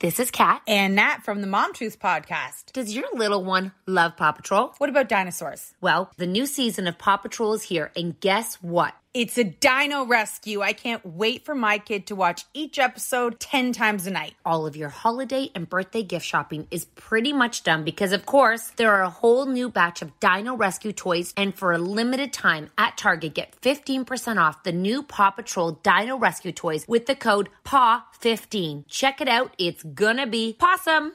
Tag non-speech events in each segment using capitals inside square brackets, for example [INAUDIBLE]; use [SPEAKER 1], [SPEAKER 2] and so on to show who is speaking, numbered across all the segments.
[SPEAKER 1] This is Kat.
[SPEAKER 2] and Nat from the Mom Truth podcast.
[SPEAKER 1] Does your little one love Paw Patrol?
[SPEAKER 2] What about dinosaurs?
[SPEAKER 1] Well, the new season of Paw Patrol is here, and guess what?
[SPEAKER 2] It's a dino rescue. I can't wait for my kid to watch each episode 10 times a night.
[SPEAKER 1] All of your holiday and birthday gift shopping is pretty much done because, of course, there are a whole new batch of Dino Rescue toys. And for a limited time at Target, get 15% off the new Paw Patrol Dino Rescue toys with the code PAW15. Check it out, it's gonna be possum.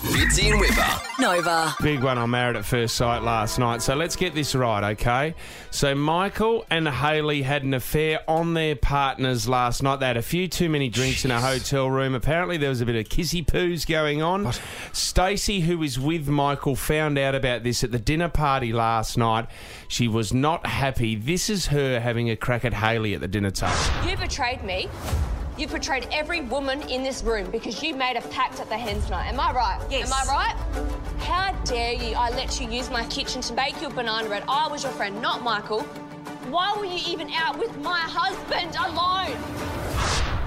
[SPEAKER 3] Bibsy and Whipper.
[SPEAKER 4] Nova.
[SPEAKER 5] Big one on Married at First Sight last night. So let's get this right, okay? So Michael and Haley had an affair on their partners last night. They had a few too many drinks in a hotel room. Apparently there was a bit of kissy poos going on. Stacey, who is with Michael, found out about this at the dinner party last night. She was not happy. This is her having a crack at Haley at the dinner table.
[SPEAKER 6] You betrayed me. You betrayed every woman in this room because you made a pact at the hens night. Am I right? Yes. Am I right? How dare you? I let you use my kitchen to make you a banana bread. I was your friend, not Michael. Why were you even out with my husband alone?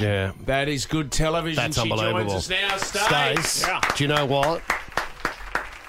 [SPEAKER 5] Yeah. That is good television.
[SPEAKER 7] That's
[SPEAKER 5] she
[SPEAKER 7] unbelievable.
[SPEAKER 5] Joins us now, Stace.
[SPEAKER 7] Stace, do you know what?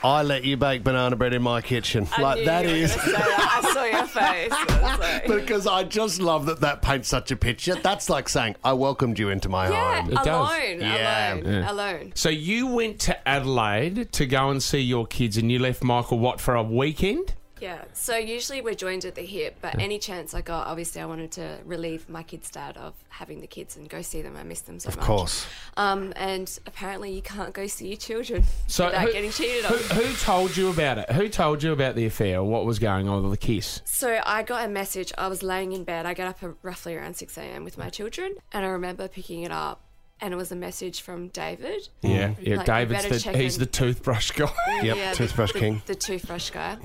[SPEAKER 7] I let you bake banana bread in my kitchen. like that is
[SPEAKER 4] [LAUGHS] I saw your face. I was like-
[SPEAKER 7] because I just love that that paints such a picture. That's like saying I welcomed you into my
[SPEAKER 4] yeah,
[SPEAKER 7] home.
[SPEAKER 5] does.
[SPEAKER 4] alone,
[SPEAKER 7] Oh, Yeah.
[SPEAKER 4] alone, alone.
[SPEAKER 5] So you went to Adelaide to go and see your kids, and you left Michael Watt for a weekend.
[SPEAKER 4] Yeah. So usually we're joined at the hip, but any chance I got, obviously I wanted to relieve my kids' dad of having the kids and go see them. I miss them so much.
[SPEAKER 7] Of course.
[SPEAKER 4] Um, and apparently you can't go see your children
[SPEAKER 5] So
[SPEAKER 4] without getting cheated on.
[SPEAKER 5] Who, who told you about it? Who told you about the affair? or What was going on with the kiss?
[SPEAKER 4] So I got a message. I was laying in bed. I got up at roughly around 6 a.m. with my children, and I remember picking it up, and it was a message from David.
[SPEAKER 5] Yeah, yeah.
[SPEAKER 4] Like, you
[SPEAKER 5] David's
[SPEAKER 4] better
[SPEAKER 5] the
[SPEAKER 4] check
[SPEAKER 5] he's
[SPEAKER 4] in.
[SPEAKER 5] the toothbrush guy.
[SPEAKER 7] Yep,
[SPEAKER 4] [LAUGHS] Yeah, the-
[SPEAKER 7] toothbrush
[SPEAKER 4] the,
[SPEAKER 7] king.
[SPEAKER 4] The toothbrush guy.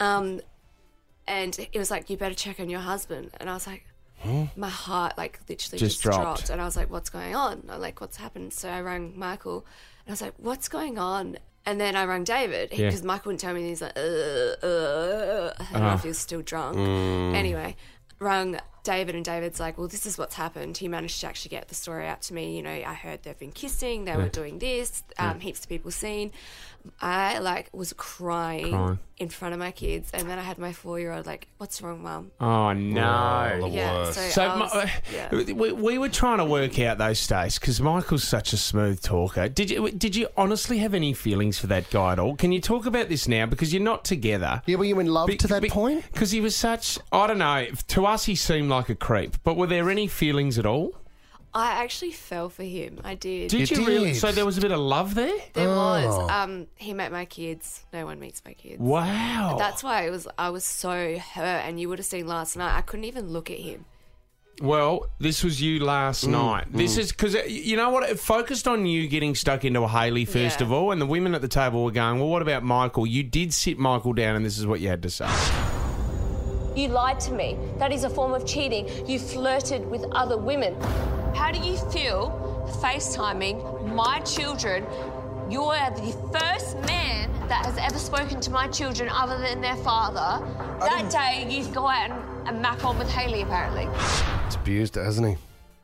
[SPEAKER 4] Um, and it was like, you better check on your husband. And I was like, my heart like literally
[SPEAKER 5] Just
[SPEAKER 4] just,
[SPEAKER 5] dropped.
[SPEAKER 4] dropped. And I was like, what's going on? I'm like, what's happened? So I rang Michael and I was like, what's going on? And then I rang David
[SPEAKER 5] Yeah.
[SPEAKER 4] because Michael wouldn't tell me. And he's like, uh, uh. I don't know if he was still drunk.
[SPEAKER 5] Mm.
[SPEAKER 4] Anyway, rang David and David's like, well, this is what's happened. He managed to actually get the story out to me. You know, I heard they've been kissing. They were doing this. Um, Heaps of people seen. I like was crying,
[SPEAKER 5] Crying.
[SPEAKER 4] in front of my kids, and then I had my four-year-old like, "What's wrong, mum?"
[SPEAKER 5] Oh no.
[SPEAKER 4] yeah,
[SPEAKER 7] worst.
[SPEAKER 4] so,
[SPEAKER 5] So
[SPEAKER 4] I was-
[SPEAKER 5] Mi-
[SPEAKER 4] yeah.
[SPEAKER 5] we, we were trying to work out those states because Michael's such a smooth talker. Did you did you honestly have any feelings for that guy at all? Can you talk about this now because you're not together?
[SPEAKER 7] Yeah, were you in love to that point?
[SPEAKER 5] Because he was such, I don't know, to us he seemed like a creep, but were there any feelings at all?
[SPEAKER 4] I actually fell for him. I did.
[SPEAKER 5] Did you,
[SPEAKER 7] You
[SPEAKER 5] really?
[SPEAKER 7] did.
[SPEAKER 5] So there was a bit of love there?
[SPEAKER 4] there was. Um, he met my kids. No one meets my kids.
[SPEAKER 5] Wow.
[SPEAKER 4] That's why it was. I was so hurt, and you would have seen last night. I couldn't even look at him.
[SPEAKER 5] Well, this was you
[SPEAKER 7] Mm,
[SPEAKER 5] last night. This is because you know what? It focused on you getting stuck into a Haley first
[SPEAKER 4] Yeah.
[SPEAKER 5] of all, and the women at the table were going, "Well, what about Michael? You did sit Michael down, and this is what you had to say."
[SPEAKER 6] You lied to me. That is a form of cheating. You flirted with other women. How do you feel FaceTiming my children? You are the first man that has ever spoken to my children other than their father. That day, you go out and, and mack on with Haley, apparently.
[SPEAKER 7] It's abused, it, hasn't he?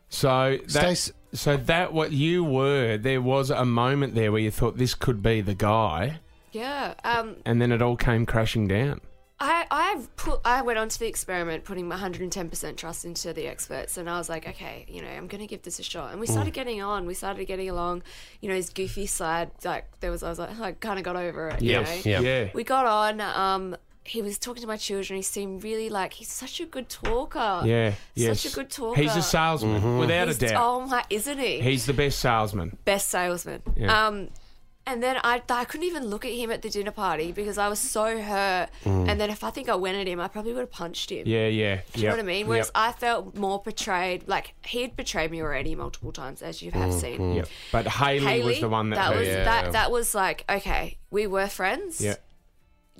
[SPEAKER 5] So that,
[SPEAKER 7] Stace-
[SPEAKER 5] so that what you were, there was a moment there where you thought this could be the guy,
[SPEAKER 4] Yeah. Um,
[SPEAKER 5] and then it all came crashing down.
[SPEAKER 4] I I've put I went onto the experiment putting my 110% trust into the experts and I was like okay you know I'm going to give this a shot and we started getting on we started getting along you know his goofy side like there was I was like [LAUGHS] I kind of got over it you know?
[SPEAKER 7] Yep.
[SPEAKER 5] Yeah.
[SPEAKER 4] we got on um he was talking to my children he seemed really like he's such a good talker
[SPEAKER 5] Yeah. yes.
[SPEAKER 4] such a good talker
[SPEAKER 5] He's a salesman,
[SPEAKER 7] Mm-hmm.
[SPEAKER 5] without
[SPEAKER 4] He's-
[SPEAKER 5] a doubt.
[SPEAKER 4] oh my isn't he
[SPEAKER 5] He's the best salesman.
[SPEAKER 4] best salesman.
[SPEAKER 5] Yeah.
[SPEAKER 4] Um, and then I, I couldn't even look at him at the dinner party because I was so hurt. And then if I think I went at him, I probably would have punched him.
[SPEAKER 5] Mm. Yeah, yeah.
[SPEAKER 4] Do you know what I mean? Whereas I felt more betrayed. Like he had betrayed me already multiple times, as you have seen.
[SPEAKER 5] Yep. But Haley, was the one that,
[SPEAKER 4] was
[SPEAKER 5] Yeah.
[SPEAKER 4] that. That was like okay, we were friends.
[SPEAKER 5] Yeah.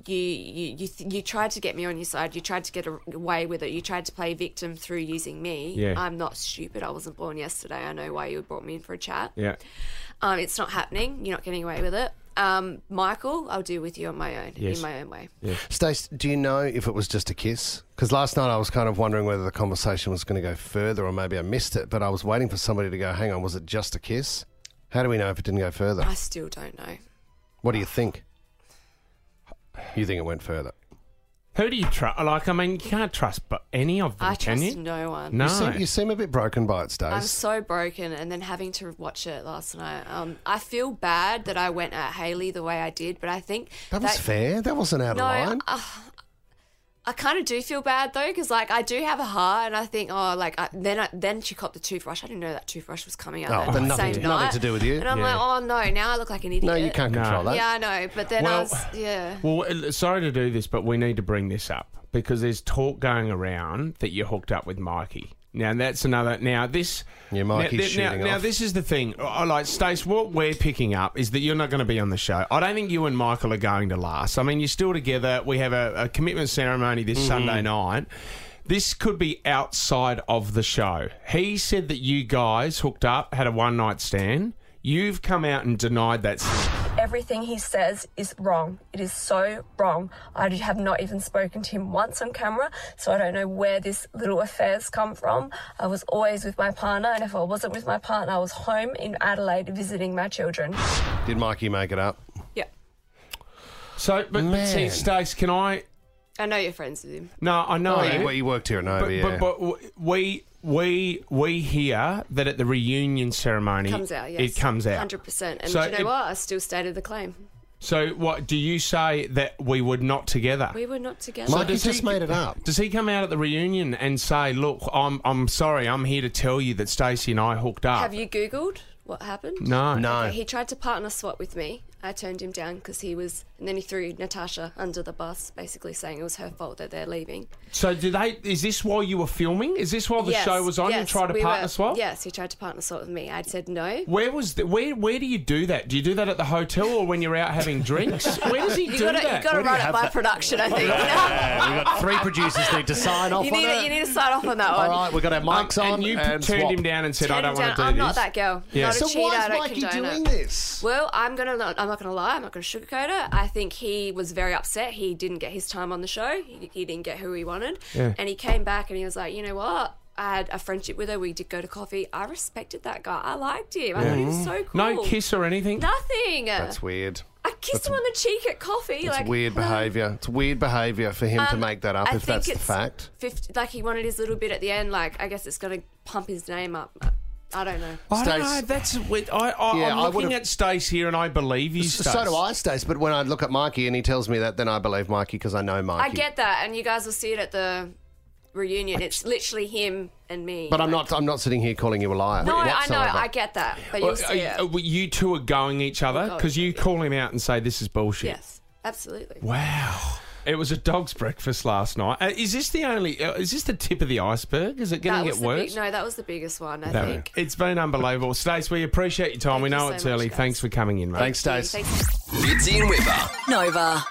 [SPEAKER 4] you you you, th- you tried to get me on your side. You tried to get a- away with it. You tried to play victim through using me.
[SPEAKER 5] Yeah.
[SPEAKER 4] I'm not stupid. I wasn't born yesterday. I know why you brought me in for a chat.
[SPEAKER 5] Yeah.
[SPEAKER 4] Um, it's not happening. You're not getting away with it. Um, Michael, I'll deal with you on my own,
[SPEAKER 5] Yes.
[SPEAKER 4] in my own way.
[SPEAKER 7] Stace, do you know if it was just a kiss? Because last night I was kind of wondering whether the conversation was going to go further or maybe I missed it, but I was waiting for somebody to go, hang on, was it just a kiss? How do we know if it didn't go further?
[SPEAKER 4] I still don't know.
[SPEAKER 7] What do you think? You think it went further?
[SPEAKER 5] Who do you trust? Like, I mean, you can't trust but any of them,
[SPEAKER 4] I
[SPEAKER 5] can
[SPEAKER 4] trust
[SPEAKER 5] you?
[SPEAKER 4] no one.
[SPEAKER 5] No.
[SPEAKER 7] You seem, you seem a bit broken by it, Stace.
[SPEAKER 4] I'm so broken, and then having to watch it last night. Um, I feel bad that I went at Haley the way I did, but I think
[SPEAKER 7] that was fair. That wasn't out of
[SPEAKER 4] No,
[SPEAKER 7] line.
[SPEAKER 4] uh, I kind of do feel bad though, because like I do have a heart, and I think, oh, like I, then I, then she caught the toothbrush. I didn't know that toothbrush was coming out.
[SPEAKER 7] Oh,
[SPEAKER 4] that
[SPEAKER 7] then nothing-
[SPEAKER 4] same
[SPEAKER 7] nothing
[SPEAKER 4] night.
[SPEAKER 7] to do with you.
[SPEAKER 4] And I'm
[SPEAKER 5] Yeah.
[SPEAKER 4] like, oh no, now I look like an idiot.
[SPEAKER 7] no, you can't
[SPEAKER 5] No.
[SPEAKER 7] control that.
[SPEAKER 4] Yeah, I know, but then I
[SPEAKER 5] Well-
[SPEAKER 4] was, yeah.
[SPEAKER 5] Well, uh, sorry to do this, but we need to bring this up because there's talk going around that you're hooked up with Mikey. Now that's another. Now this.
[SPEAKER 7] Yeah, Mikey's
[SPEAKER 5] now, th- now,
[SPEAKER 7] shooting
[SPEAKER 5] now
[SPEAKER 7] off.
[SPEAKER 5] this is the thing. I like Stace. What we're picking up is that you're not going to be on the show. I don't think you and Michael are going to last. I mean, you're still together. We have a, a commitment ceremony
[SPEAKER 7] Mm-hmm.
[SPEAKER 5] this Sunday night. This could be outside of the show. He said that you guys hooked up, had a one night stand. You've come out and denied that.
[SPEAKER 8] Everything he says is wrong. It is so wrong. I have not even spoken to him once on camera, so I don't know where this little affair's come from. I was always with my partner, and if I wasn't with my partner, I was home in Adelaide visiting my children.
[SPEAKER 7] Did Mikey make it up?
[SPEAKER 4] Yeah.
[SPEAKER 5] So, but, but see,
[SPEAKER 7] Man.
[SPEAKER 5] Stace, can I?
[SPEAKER 4] I know you're friends with him.
[SPEAKER 5] No, I know.
[SPEAKER 7] Oh, you, well, you worked here and over,
[SPEAKER 5] but,
[SPEAKER 7] yeah.
[SPEAKER 5] but, but w- we we we hear that at the reunion ceremony
[SPEAKER 4] Comes out, yes.
[SPEAKER 5] it comes out.
[SPEAKER 4] 100%. And
[SPEAKER 5] So
[SPEAKER 4] do you know
[SPEAKER 5] it-
[SPEAKER 4] what? I still stated the claim.
[SPEAKER 5] So what do you say that we were not together?
[SPEAKER 4] We were not together.
[SPEAKER 7] Mikey
[SPEAKER 5] does he-
[SPEAKER 7] just made it up.
[SPEAKER 5] Does he come out at the reunion and say, "Look, I'm I'm sorry, I'm here to tell you that Stacey and I hooked up"?
[SPEAKER 4] Have you Googled what happened?
[SPEAKER 5] no,
[SPEAKER 7] No.
[SPEAKER 4] Okay, he tried to partner swap with me. I turned him down because he was, and then he threw Natasha under the bus, basically saying it was her fault that they're leaving.
[SPEAKER 5] So do they? Is this while you were filming? Is this while the
[SPEAKER 4] Yes,
[SPEAKER 5] show was on? you
[SPEAKER 4] yes,
[SPEAKER 5] tried to
[SPEAKER 4] we
[SPEAKER 5] partner
[SPEAKER 4] were-
[SPEAKER 5] swap?
[SPEAKER 4] Yes, he tried to partner swap with me. I'd said no.
[SPEAKER 5] Where was the, where where do you do that? Do you do that at the hotel or when you're out having
[SPEAKER 4] [LAUGHS]
[SPEAKER 5] drinks? Where does he
[SPEAKER 4] You
[SPEAKER 5] do
[SPEAKER 4] gotta,
[SPEAKER 5] that?
[SPEAKER 4] you gotta run it by production,
[SPEAKER 5] [LAUGHS]
[SPEAKER 4] I
[SPEAKER 7] [LAUGHS]
[SPEAKER 4] think.
[SPEAKER 7] Yeah, we've got three producers need to sign off
[SPEAKER 4] [LAUGHS] you,
[SPEAKER 7] on
[SPEAKER 4] need,
[SPEAKER 7] it.
[SPEAKER 4] to- you need to sign off on that
[SPEAKER 7] All
[SPEAKER 4] one.
[SPEAKER 7] right, we've got our
[SPEAKER 5] Um,
[SPEAKER 7] mics on.
[SPEAKER 5] and you p- turned
[SPEAKER 7] swap.
[SPEAKER 5] him down and said,
[SPEAKER 4] Turn
[SPEAKER 5] "I
[SPEAKER 4] him
[SPEAKER 5] don't
[SPEAKER 4] down.
[SPEAKER 5] want to do
[SPEAKER 4] I'm
[SPEAKER 5] this."
[SPEAKER 4] not that girl.
[SPEAKER 5] Yeah.
[SPEAKER 4] Not a
[SPEAKER 5] So
[SPEAKER 4] cheater. I don't condone it.
[SPEAKER 7] this?
[SPEAKER 4] Well, I'm gonna not, I'm not gonna lie. I'm not gonna sugarcoat it. I think he was very upset. He didn't get his time on the show. He, he didn't get who he wanted,
[SPEAKER 5] Yeah.
[SPEAKER 4] and he came back and he was like, you know what? I had a friendship with her. We did go to coffee. I respected that guy. I liked him. I thought he was so cool.
[SPEAKER 5] Mm-hmm. No kiss or anything.
[SPEAKER 4] Nothing.
[SPEAKER 7] That's weird.
[SPEAKER 4] I kissed him on the cheek at coffee.
[SPEAKER 7] It's
[SPEAKER 4] like
[SPEAKER 7] weird
[SPEAKER 4] hello.
[SPEAKER 7] behaviour. It's weird behaviour for him to
[SPEAKER 4] Um,
[SPEAKER 7] make that up
[SPEAKER 4] I
[SPEAKER 7] if that's the
[SPEAKER 4] think it's
[SPEAKER 7] fact.
[SPEAKER 4] 50, like he wanted his little bit at the end. Like I guess it's gonna pump his name up. I don't know.
[SPEAKER 5] I don't know.
[SPEAKER 7] Stace-
[SPEAKER 5] That's weird. I, I,
[SPEAKER 7] Yeah,
[SPEAKER 5] I'm
[SPEAKER 7] I
[SPEAKER 5] looking
[SPEAKER 7] would've-
[SPEAKER 5] at Stace here, and I believe you. Stace.
[SPEAKER 7] So do I, Stace. But when I look at Mikey and he tells me that, then I believe Mikey because I know Mikey.
[SPEAKER 4] I get that, and you guys will see it at the reunion. It's literally him and me.
[SPEAKER 7] But I'm not. I'm not sitting here calling you a liar.
[SPEAKER 4] No, I know.
[SPEAKER 7] whatsoever.
[SPEAKER 4] I get that, but you'll
[SPEAKER 5] Well,
[SPEAKER 4] see
[SPEAKER 5] are you-
[SPEAKER 4] it.
[SPEAKER 5] are we- you two are going each other
[SPEAKER 4] going
[SPEAKER 5] because you
[SPEAKER 4] each other,
[SPEAKER 5] call him out and say this is bullshit.
[SPEAKER 4] yes, absolutely.
[SPEAKER 5] Wow. It was a dog's breakfast last night. Uh, is this the only? Uh, is this the tip of the iceberg? Is it going
[SPEAKER 4] That
[SPEAKER 5] to
[SPEAKER 4] was
[SPEAKER 5] get
[SPEAKER 4] the
[SPEAKER 5] worse?
[SPEAKER 4] big, no, that was the biggest one. I
[SPEAKER 5] No.
[SPEAKER 4] think.
[SPEAKER 5] It's been unbelievable. Stace, we appreciate your time. we
[SPEAKER 4] Thank you
[SPEAKER 5] know
[SPEAKER 4] so
[SPEAKER 5] it's
[SPEAKER 4] much,
[SPEAKER 5] early.
[SPEAKER 4] guys.
[SPEAKER 5] Thanks for coming in, mate.
[SPEAKER 7] Thanks, Stace.
[SPEAKER 4] Thanks.
[SPEAKER 3] Bitsy and Whipper.
[SPEAKER 8] Nova.